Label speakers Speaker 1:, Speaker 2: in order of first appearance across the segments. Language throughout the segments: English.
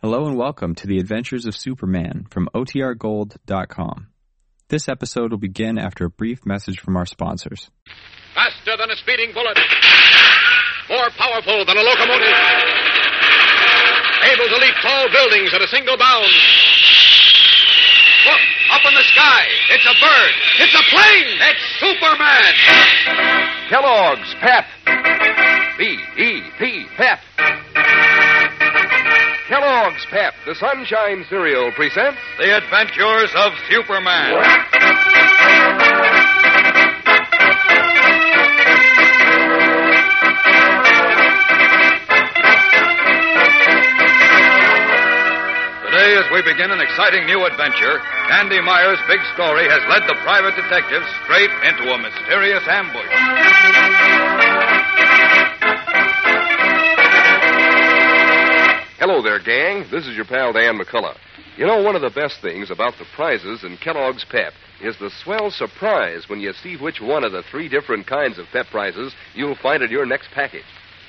Speaker 1: Hello and welcome to the Adventures of Superman from OTRGold.com. This episode will begin after a brief message from our sponsors.
Speaker 2: Faster than a speeding bullet. More powerful than a locomotive. Able to leap tall buildings at a single bound. Look, up in the sky. It's a bird. It's a plane. It's Superman. Kellogg's Pep. B-E-P, Pep. Kellogg's Pep, the Sunshine Cereal, presents The Adventures of Superman. Today, as we begin an exciting new adventure, Andy Meyer's big story has led the private detective straight into a mysterious ambush.
Speaker 3: Hello there, gang. This is your pal Dan McCullough. You know, one of the best things about the prizes in Kellogg's Pep is the swell surprise when you see which one of the three different kinds of pep prizes you'll find in your next package.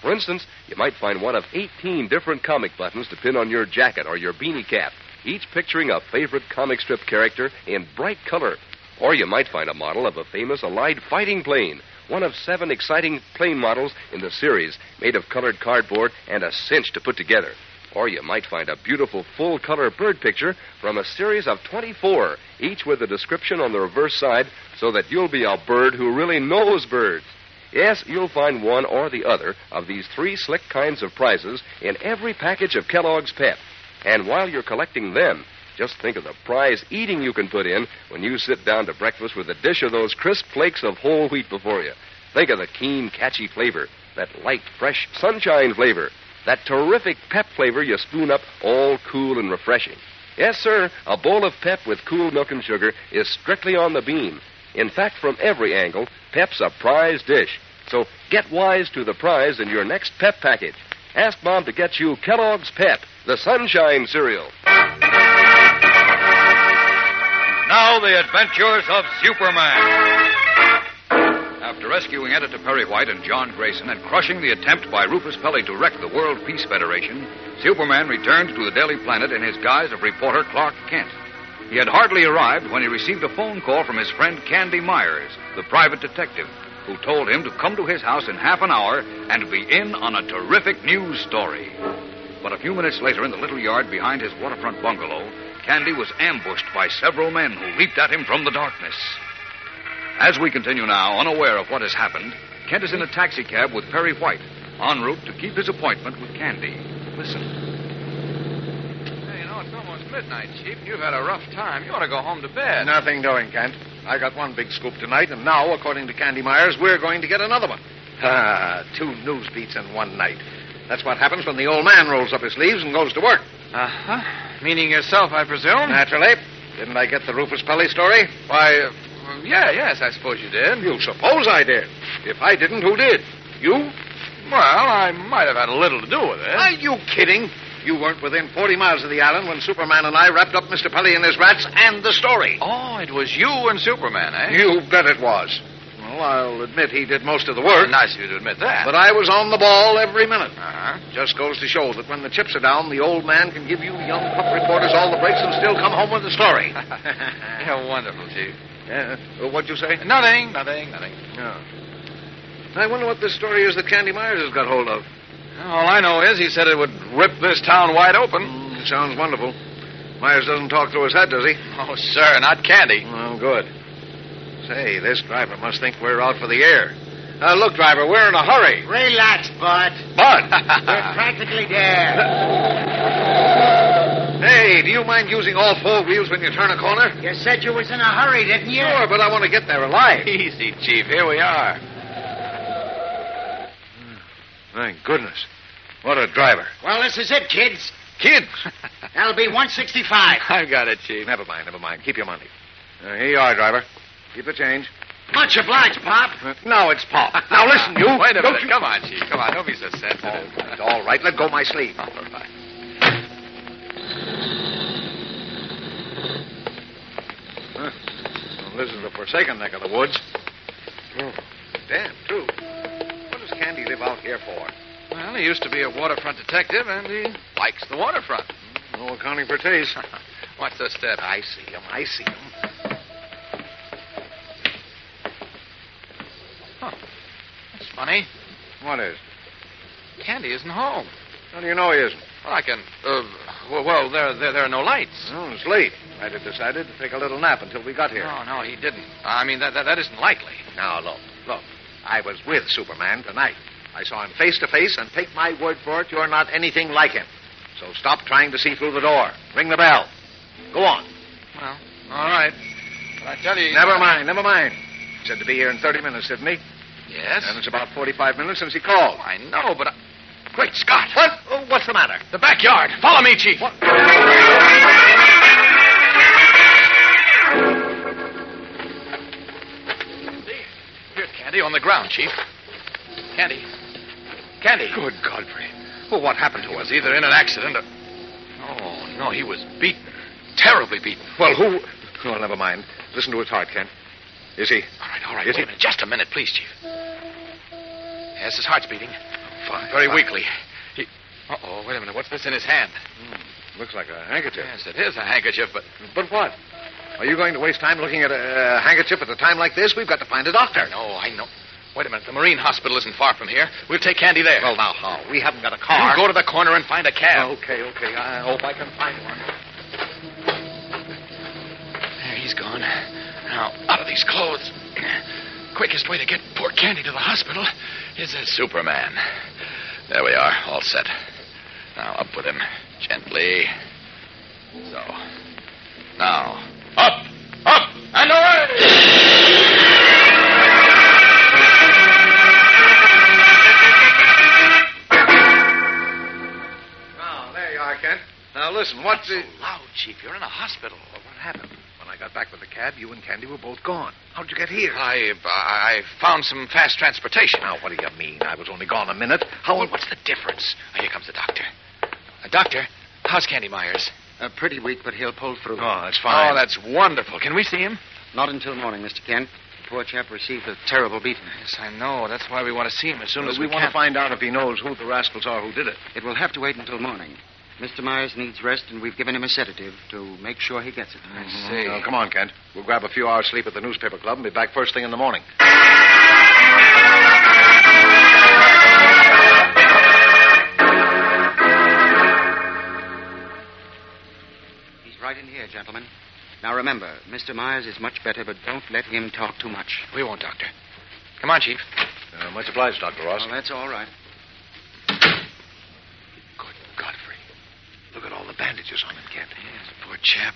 Speaker 3: For instance, you might find one of 18 different comic buttons to pin on your jacket or your beanie cap, each picturing a favorite comic strip character in bright color. Or you might find a model of a famous Allied fighting plane, one of seven exciting plane models in the series, made of colored cardboard and a cinch to put together. Or you might find a beautiful full color bird picture from a series of 24, each with a description on the reverse side so that you'll be a bird who really knows birds. Yes, you'll find one or the other of these three slick kinds of prizes in every package of Kellogg's Pep. And while you're collecting them, just think of the prize eating you can put in when you sit down to breakfast with a dish of those crisp flakes of whole wheat before you. Think of the keen, catchy flavor, that light, fresh sunshine flavor, that terrific pep flavor you spoon up all cool and refreshing. Yes, sir, a bowl of pep with cool milk and sugar is strictly on the beam. In fact, from every angle, pep's a prize dish. So get wise to the prize in your next pep package. Ask Mom to get you Kellogg's Pep, the sunshine cereal.
Speaker 2: Now, the adventures of Superman. After rescuing Editor Perry White and John Grayson and crushing the attempt by Rufus Pelly to wreck the World Peace Federation, Superman returned to the Daily Planet in his guise of reporter Clark Kent. He had hardly arrived when he received a phone call from his friend Candy Myers, the private detective, who told him to come to his house in half an hour and be in on a terrific news story. But a few minutes later, in the little yard behind his waterfront bungalow, Candy was ambushed by several men who leaped at him from the darkness. As we continue now, unaware of what has happened, Kent is in a taxicab with Perry White, en route to keep his appointment with Candy. Listen.
Speaker 4: Hey, you know, it's almost midnight, Chief, and you've had a rough time. You ought to go home to bed.
Speaker 5: Nothing doing, Kent. I got one big scoop tonight, and now, according to Candy Myers, we're going to get another one. Ah, two news beats in one night. That's what happens when the old man rolls up his sleeves and goes to work.
Speaker 4: Uh-huh. Meaning yourself, I presume?
Speaker 5: Naturally. Didn't I get the Rufus Pelly story?
Speaker 4: Why, uh, well, yeah, yes, I suppose you did.
Speaker 5: You suppose I did. If I didn't, who did? You?
Speaker 4: Well, I might have had a little to do with it.
Speaker 5: Are you kidding? You weren't within 40 miles of the island when Superman and I wrapped up Mr. Pelly and his rats and the story.
Speaker 4: Oh, it was you and Superman, eh?
Speaker 5: You bet it was. Well, I'll admit he did most of the work.
Speaker 4: Very uh, nice of you to admit that.
Speaker 5: But I was on the ball every minute.
Speaker 4: Uh-huh.
Speaker 5: Just goes to show that when the chips are down, the old man can give you young pup reporters all the breaks and still come home with a story.
Speaker 4: Yeah, wonderful, Chief.
Speaker 5: Uh, what'd you say?
Speaker 4: Nothing, nothing, nothing.
Speaker 5: No. I wonder what this story is that Candy Myers has got hold of.
Speaker 4: All I know is he said it would rip this town wide open.
Speaker 5: Mm, sounds wonderful. Myers doesn't talk through his head, does he?
Speaker 4: Oh, sir, not candy.
Speaker 5: Well, good. Say, this driver must think we're out for the air. Uh, look, driver, we're in a hurry.
Speaker 6: Relax, Bud. We're
Speaker 5: But,
Speaker 6: practically there.
Speaker 5: hey, do you mind using all four wheels when you turn a corner?
Speaker 6: You said you was in a hurry, didn't you?
Speaker 5: Sure, but I want to get there alive.
Speaker 4: Easy, Chief. Here we are.
Speaker 5: Thank goodness. What a driver.
Speaker 6: Well, this is it, kids.
Speaker 5: Kids. Uh,
Speaker 6: That'll be 165.
Speaker 4: I've got it, Chief.
Speaker 5: never mind, never mind. Keep your money. Uh, here you are, driver. Keep the change.
Speaker 6: Much obliged, Pop.
Speaker 5: Uh, now it's Pop. Now listen, you.
Speaker 4: Wait a
Speaker 5: Don't
Speaker 4: minute.
Speaker 5: you-
Speaker 4: Come on, Chief. Come on. Don't be so sensitive.
Speaker 5: All right, all right, let go Oh, my sleeve.
Speaker 4: All right.
Speaker 5: Well, this is a forsaken neck of the woods. Oh. Damn, true. What does Candy live out here for?
Speaker 4: Well, he used to be a waterfront detective, and he likes the waterfront.
Speaker 5: No accounting for taste.
Speaker 3: Watch the step.
Speaker 5: I see him. I see him.
Speaker 3: That's funny.
Speaker 5: What is?
Speaker 3: Candy isn't home.
Speaker 5: How do you know he isn't?
Speaker 3: Well, I can. Uh, well, well there, there, there are no lights.
Speaker 5: Well, it's late. I'd have decided to take a little nap until we got here.
Speaker 3: No, no, he didn't. I mean, that, that, that isn't likely.
Speaker 5: Now, look, look. I was with Superman tonight. I saw him face to face, and take my word for it, you're not anything like him. So stop trying to see through the door. Ring the bell. Go on.
Speaker 3: Well, all right. But I tell you.
Speaker 5: Never mind, never mind. He said to be here in 30 minutes, didn't he?
Speaker 3: Yes.
Speaker 5: And it's about 45 minutes since he called.
Speaker 3: I know, but I... great Scott!
Speaker 5: What? Oh, what's the matter?
Speaker 3: Uh, The backyard. Follow me, Chief. See? Here's Candy on the ground, Chief. Candy. Candy.
Speaker 5: Good Godfrey. Well, what happened to us?
Speaker 3: was either in an accident or. Oh, no, he was beaten. Terribly beaten.
Speaker 5: Well, who? Well, never mind. Listen to his heart, Kent. Is he?
Speaker 3: All right, all right.
Speaker 5: Is
Speaker 3: wait
Speaker 5: he-
Speaker 3: a minute. Just a minute, please, Chief. Yes, his heart's beating. Fine. Very weakly. He. Uh oh, wait a minute. What's this in his hand?
Speaker 5: Looks like a handkerchief.
Speaker 3: Yes, it is a handkerchief, but.
Speaker 5: But what? Are you going to waste time looking at a, uh handkerchief at a time like this? We've got to find a doctor.
Speaker 3: No, I know. Wait a minute. The Marine Hospital isn't far from here. We'll take Candy there.
Speaker 5: Well, now how? We haven't got a
Speaker 3: You
Speaker 5: car.
Speaker 3: go to the corner and find a cab.
Speaker 5: Okay, okay. I hope I can find one.
Speaker 3: There, he's gone. Now, out of these clothes. Quickest way to get poor Candy to the hospital is a Superman. There we are, all set. Now, up with him. Gently. So. Now, up, up, and away!
Speaker 5: Now, there you are, Kent. Now, listen, what's the...
Speaker 3: Loud, Chief. You're in a hospital.
Speaker 5: What happened? When I got back with the cab, you and Candy were both gone. How'd you get here?
Speaker 3: I, uh, I found some fast transportation.
Speaker 5: Now, what do you mean? I was only gone a minute. How...
Speaker 3: Well, what's the difference? Oh, here comes the doctor. Uh, doctor, how's Candy Myers?
Speaker 7: Uh, pretty weak, but he'll pull through.
Speaker 5: Oh, that's
Speaker 3: Oh, that's wonderful. Can we see him?
Speaker 7: Not until morning, Mr. Kent. The poor chap received a terrible beating.
Speaker 3: Yes, I know. That's why we want to see him as soon as
Speaker 5: we
Speaker 3: we,
Speaker 5: want
Speaker 3: can.
Speaker 5: to find out if he knows who the rascals are who did it.
Speaker 7: It will have to wait until morning. Mr. Myers needs rest, and we've given him a sedative to make sure he gets it. Oh,
Speaker 3: I see.
Speaker 5: Now, come on, Kent. We'll grab a few hours sleep at the newspaper club and be back first thing in the morning.
Speaker 7: He's right in here, gentlemen. Now remember, Mr. Myers is much better, but don't let him talk too much.
Speaker 3: We won't, Doctor. Come on, Chief. Oh,
Speaker 5: Uh, much obliged, Dr. Ross.
Speaker 7: Well, that's all right.
Speaker 5: Good Godfrey. Look at all the bandages on him, Kent.
Speaker 3: Poor chap.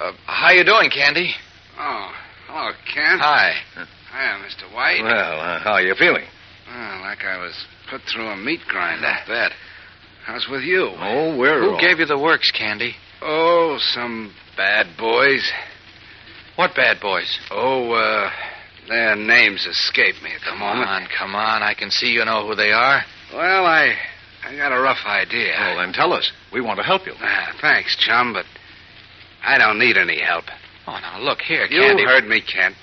Speaker 3: Uh, how you doing, Candy?
Speaker 8: Oh, hello, Kent.
Speaker 3: Hi.
Speaker 8: Hiya, Mr. White.
Speaker 5: Well, uh, how are you feeling?
Speaker 8: Oh, like I was put through a meat grinder. That. How's with you?
Speaker 5: Oh, we're
Speaker 3: Who
Speaker 5: all-
Speaker 3: gave you the works, Candy?
Speaker 8: Oh, some bad boys.
Speaker 3: What bad boys?
Speaker 8: Oh, uh, their names escape me at the
Speaker 3: Come
Speaker 8: moment.
Speaker 3: on, come on. I can see you know who they are.
Speaker 8: Well, I, I got a rough idea.
Speaker 3: Uh, Oh.
Speaker 5: Well, then tell us. We want to help you.
Speaker 8: Ah, thanks, chum, but I don't need any help.
Speaker 3: Oh, now look here,
Speaker 8: You
Speaker 3: Candy.
Speaker 8: heard me, Kent.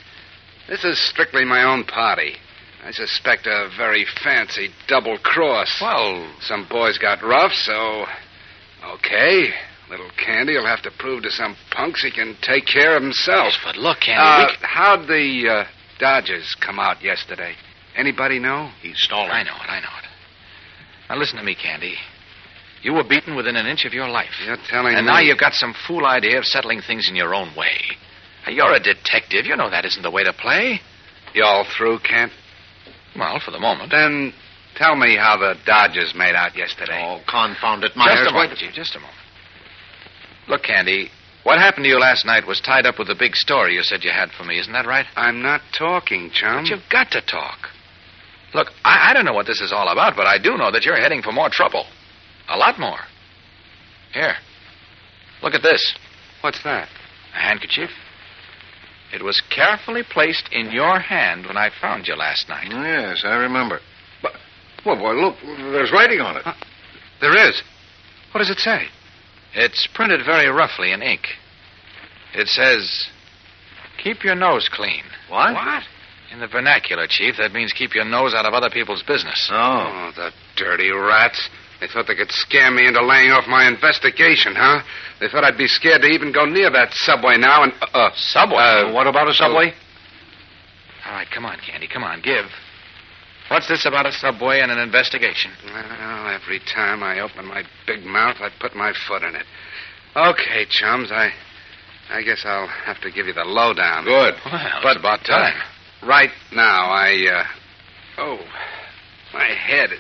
Speaker 8: This is strictly my own party. I suspect a very fancy double cross.
Speaker 3: Well,
Speaker 8: Some boys got rough, so. Okay. Little Candy will have to prove to some punks he can take care of himself.
Speaker 3: yes, but look, Candy.
Speaker 8: Uh,
Speaker 3: we can-
Speaker 8: how'd the uh, Dodgers come out yesterday? Anybody know?
Speaker 5: He's stalling.
Speaker 3: I know it. I know it. Now listen to me, Candy. You were beaten within an inch of your life.
Speaker 8: You're telling
Speaker 3: And
Speaker 8: me.
Speaker 3: now you've got some fool idea of settling things in your own way. Now, You're a detective. You know that isn't the way to play.
Speaker 8: You all through, Kent?
Speaker 3: Well, for the moment.
Speaker 8: Then tell me how the Dodgers made out yesterday.
Speaker 5: Oh, confound it, Myers.
Speaker 3: just a
Speaker 5: Why
Speaker 3: moment, Chief. Just a moment. Look, Candy, what happened to you last night was tied up with the big story you said you had for me. Isn't that right?
Speaker 8: I'm not talking, chum.
Speaker 3: But you've got to talk. Look, I, I don't know what this is all about, but I do know that you're heading for more trouble. A lot more. Here. Look at this
Speaker 8: What's that?
Speaker 3: a handkerchief. It was carefully placed in your hand when I found you last night.
Speaker 5: Oh, Yes, I remember. But, well, boy, look, there's writing on it.
Speaker 8: There is. What does it say?
Speaker 3: It's printed very roughly in ink. It says, Keep your nose clean.
Speaker 5: What?
Speaker 3: In the vernacular, Chief, that means keep your nose out of other people's business.
Speaker 5: Oh.
Speaker 8: Oh, the dirty rats. They thought they could scare me into laying off my investigation, huh? They thought I'd be scared to even go near that subway now and. Uh, uh,
Speaker 4: Subway?
Speaker 8: Uh, what about a subway?
Speaker 4: oh. All right, come on, Candy. Come on, give. What's this about a subway and an investigation?
Speaker 8: Well, every time I open my big mouth, I put my foot in it. Okay, chums, I. I guess I'll have to give you the lowdown.
Speaker 4: Good. Well,
Speaker 8: But,
Speaker 4: it's about
Speaker 8: uh,
Speaker 4: time.
Speaker 8: Right now, I, uh. Oh, my head is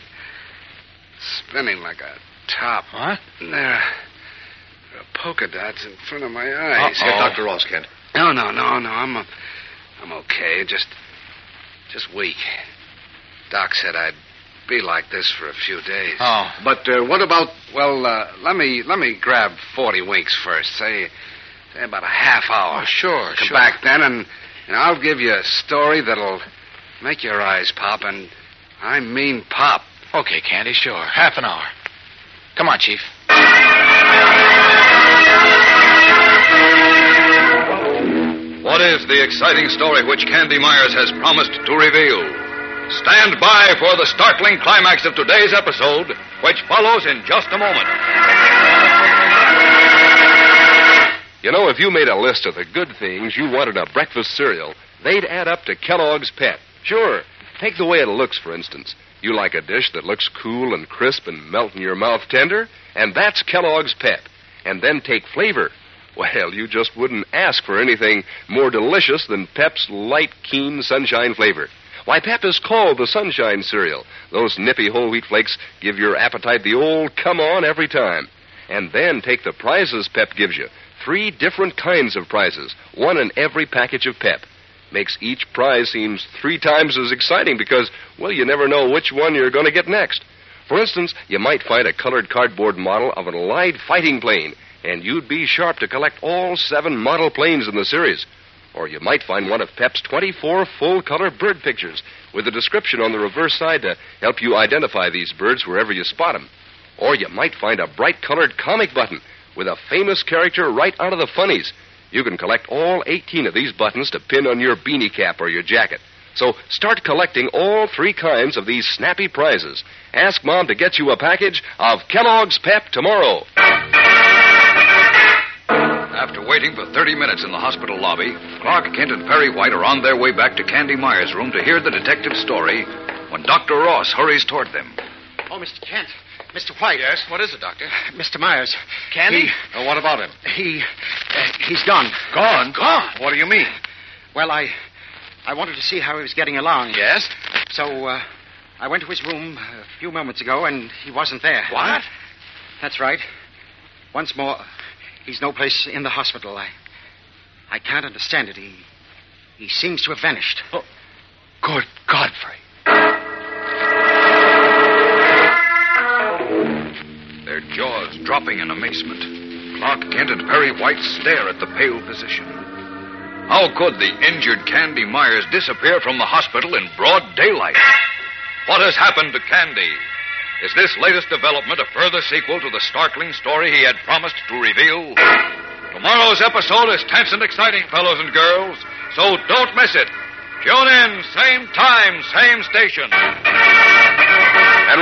Speaker 8: spinning like a top.
Speaker 4: What?
Speaker 8: There, are- there are polka dots in front of my eyes.
Speaker 4: Uh-oh.
Speaker 8: Here,
Speaker 5: Dr. Ross, Kent.
Speaker 8: No, no, no, no. I'm, a, I'm okay. Just, just weak. Doc said I'd be like this for a few days.
Speaker 4: Oh.
Speaker 8: But uh, what about? Well, uh, let me let me grab forty winks first. Say, say about a half hour.
Speaker 4: Oh, sure,
Speaker 8: Come
Speaker 4: sure.
Speaker 8: back then, and and I'll give you a story that'll make your eyes pop, and I mean pop.
Speaker 3: Uh,
Speaker 4: Okay, Candy, sure. Half an hour. Come on, Chief.
Speaker 2: What is the exciting story which Candy Myers has promised to reveal? Stand by for the startling climax of today's episode, which follows in just a moment.
Speaker 3: You know, if you made a list of the good things you wanted in a breakfast cereal, they'd add up to Kellogg's Pep. Sure. Take the way it looks, for instance. You like a dish that looks cool and crisp and melt in your mouth tender? And that's Kellogg's Pep. And then take flavor. Well, you just wouldn't ask for anything more delicious than Pep's light, keen sunshine flavor. Why, Pep is called the sunshine cereal. Those nippy whole wheat flakes give your appetite the old come on every time. And then take the prizes Pep gives you. Three different kinds of prizes, one in every package of Pep. Makes each prize seems three times as exciting because, well, you never know which one you're going to get next. For instance, you might find a colored cardboard model of an Allied fighting plane, and you'd be sharp to collect all seven model planes in the series. Or you might find one of Pep's 24 full color bird pictures with a description on the reverse side to help you identify these birds wherever you spot them. Or you might find a bright colored comic button with a famous character right out of the funnies. You can collect all 18 of these buttons to pin on your beanie cap or your jacket. So start collecting all three kinds of these snappy prizes. Ask Mom to get you a package of Kellogg's Pep tomorrow.
Speaker 2: After waiting for 30 minutes in the hospital lobby, Clark Kent and Perry White are on their way back to Candy Myers' room to hear the detective's story when Dr. Ross hurries toward them.
Speaker 6: Oh, Mr. Kent. Mr. White.
Speaker 4: Yes, what is it, Doctor?
Speaker 6: Mr. Myers.
Speaker 4: Candy?
Speaker 5: Now, Oh, what about him?
Speaker 6: He. he uh, he's gone.
Speaker 5: Gone? Gone. What do you mean?
Speaker 6: Well, I. I wanted to see how he was getting along.
Speaker 4: Yes?
Speaker 6: So, uh, I went to his room a few moments ago, and he wasn't there.
Speaker 4: What?
Speaker 6: That's right. Once more, he's no place in the hospital. I. I can't understand it. He. He seems to have vanished.
Speaker 4: Oh, Good Godfrey.
Speaker 2: their jaws dropping in amazement. Clark Kent and Perry White stare at the pale physician. How could the injured Candy Myers disappear from the hospital in broad daylight? What has happened to Candy? Is this latest development a further sequel to the startling story he had promised to reveal? Tomorrow's episode is tense and exciting, fellows and girls, so don't miss it. Tune in, same time, same station.
Speaker 3: And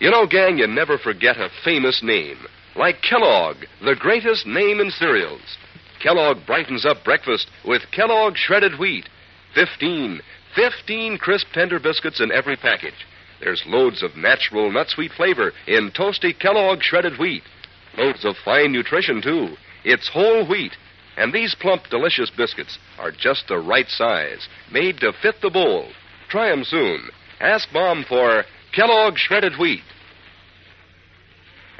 Speaker 3: You know, gang, you never forget a famous name. Like Kellogg, the greatest name in cereals. Kellogg brightens up breakfast with Kellogg shredded wheat. Fifteen, fifteen crisp tender biscuits in every package. There's loads of natural nut sweet flavor in toasty Kellogg shredded wheat. Loads of fine nutrition, too. It's whole wheat. And these plump, delicious biscuits are just the right size, made to fit the bowl. Try 'em soon. Ask Mom for Kellogg Shredded Wheat.